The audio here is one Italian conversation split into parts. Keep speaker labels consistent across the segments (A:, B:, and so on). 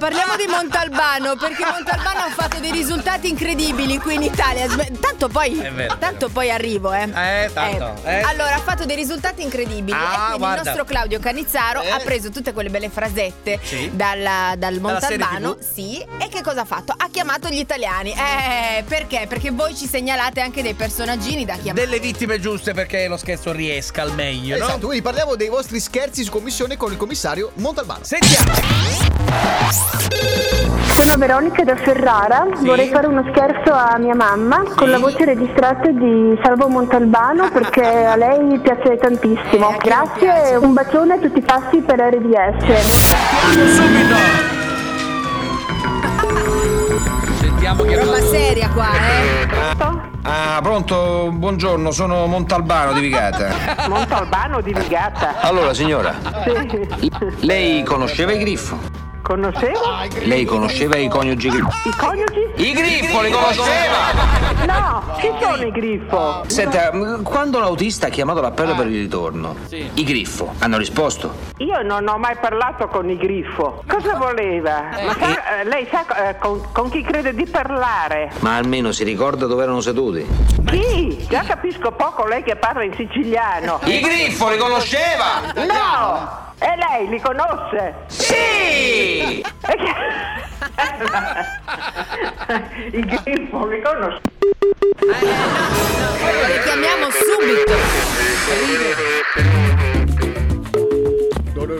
A: Parliamo di Montalbano perché Montalbano ha fatto dei risultati incredibili qui in Italia. Sm- Tanto poi,
B: È vero.
A: tanto poi arrivo, eh.
B: Eh, tanto, eh.
A: Allora, ha fatto dei risultati incredibili.
B: Ah,
A: e quindi
B: guarda.
A: il nostro Claudio Canizzaro
B: Eh.
A: ha preso tutte quelle belle frasette
B: Sì.
A: dalla- dal
B: Dalla serie
A: Montalbano.
B: TV.
A: Sì. E che cosa ha fatto? Ha chiamato gli italiani. Eh, perché? Perché voi ci segnalate anche dei personaggini da chiamare.
B: Delle vittime giuste perché lo scherzo riesca al meglio, no?
C: Esatto, quindi parliamo dei vostri scherzi su commissione con il commissario Montalbano.
B: Sentiamo!
D: Sono Veronica da Ferrara, vorrei fare uno scherzo a mia mamma con la voce registrata di Salvo Montalbano perché a lei piace tantissimo.
A: Eh, a chi non piace?
D: Grazie, un bacione a tutti i passi per RDS.
B: Sentiamo subito! Sentiamo che
A: Roba seria qua, eh.
E: Ah, pronto, buongiorno, sono Montalbano di Vigata.
F: Montalbano di Vigata.
G: Allora signora,
F: Sì.
G: lei conosceva il griffo?
F: Conoscevo
G: Lei conosceva i coniugi griffo?
F: i coniugi?
G: I griffo li conosceva!
F: No, chi sono i griffo?
G: Senta, mh, quando l'autista ha chiamato l'appello per il ritorno, i griffo hanno risposto.
F: Io non ho mai parlato con i griffo. Cosa voleva? Ma sa- eh, lei sa eh, con, con chi crede di parlare?
G: Ma almeno si ricorda dove erano seduti.
F: Chi? Già capisco poco lei che parla in siciliano.
G: I griffo li conosceva!
F: No! E lei li conosce?
G: Sì!
F: E chi- I griffo li conosce.
A: Li chiamiamo subito.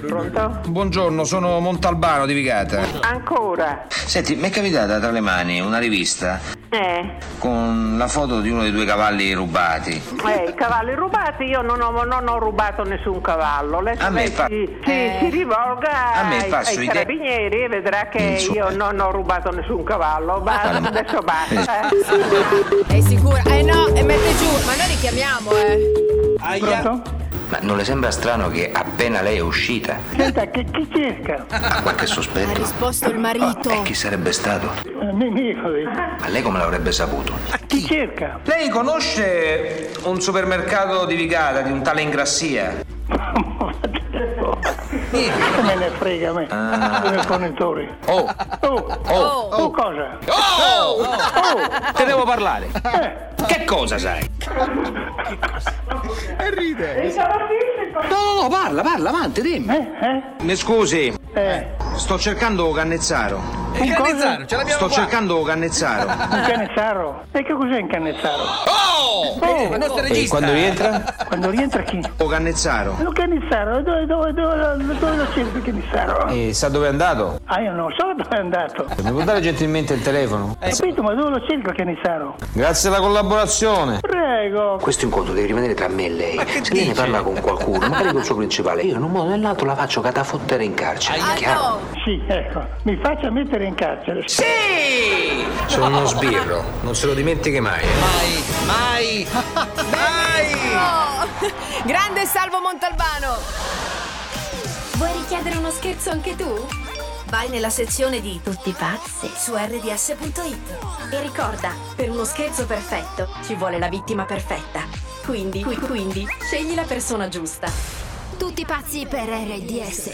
F: Pronto?
E: Buongiorno, sono Montalbano di Vigata.
F: Ancora.
G: Senti, mi è capitata tra le mani una rivista
F: Eh.
G: con la foto di uno dei due cavalli rubati.
F: Eh, i cavalli rubati, io non ho, non ho rubato nessun cavallo. Lei,
G: A me
F: lei
G: fa-
F: si,
A: Eh.
F: si- si rivolga
G: A me
F: ai,
G: fa sui
F: ai
G: de-
F: carabinieri e vedrà che
G: Insomma.
F: io non ho rubato nessun cavallo. Basta, adesso basta.
G: Eh.
A: È sicura? Eh no, e mette giù. Ma noi li chiamiamo, eh.
B: Aia!
G: Ma non le sembra strano che appena lei è uscita
H: Senta, che chi cerca?
G: ha qualche
A: Ha
G: sospetto?
A: risposto il marito.
G: E Oh, chi sarebbe stato?
H: Un Nemico, eh.
G: Ma lei come l'avrebbe saputo?
H: chi cerca?
G: Lei conosce un supermercato di Vigata di un tale Ingrassia?
H: Che me ne frega a me?
G: Ah.
H: Come fornitore.
G: Oh,
H: Oh,
G: oh,
H: oh, cosa?
G: oh, te devo parlare.
H: Eh.
G: Che cosa sai? No, no, no, parla, parla, avanti, dimmi.
H: Eh, eh?
G: Mi scusi,
H: Eh,
G: sto cercando Cannezzaro.
B: Il Cannizzaro, Eh, ce l'abbiamo
G: Sto
B: qua.
G: cercando Cannezzaro.
H: un canezzaro. E che cos'è un canezzaro?
B: Il nostro Eh, regista.
G: rientra?
H: Quando rientra chi?
G: O Cannezzaro.
H: Un canezzaro, dove, dove, dove, dove lo cerca il canezzaro?
G: E sa dove è andato?
H: Ah, io non so dove è andato. Ho
G: Mi può dare gentilmente il telefono?
H: Capito, ma dove lo cerca il canezzaro?
G: Grazie alla collaborazione.
H: Prego.
G: Questo incontro deve rimanere tra me e lei. Se lei ne parla con qualcuno, magari col suo principale, io in un modo o nell'altro la faccio catafottere in carcere.
A: Ah
G: Chiaro?
A: no,
H: Sì, ecco, mi faccia mettere in carcere.
G: Sì! Sono uno sbirro, non se lo dimentichi mai.
B: Mai, mai, mai!
A: no. Oh. Grande Salvo Montalbano.
I: Vuoi richiedere uno scherzo anche tu? Vai nella sezione di Tutti pazzi su rds.it e ricorda, per uno scherzo perfetto ci vuole la vittima perfetta. Quindi, qui- quindi, scegli la persona giusta.
J: Tutti pazzi per RDS.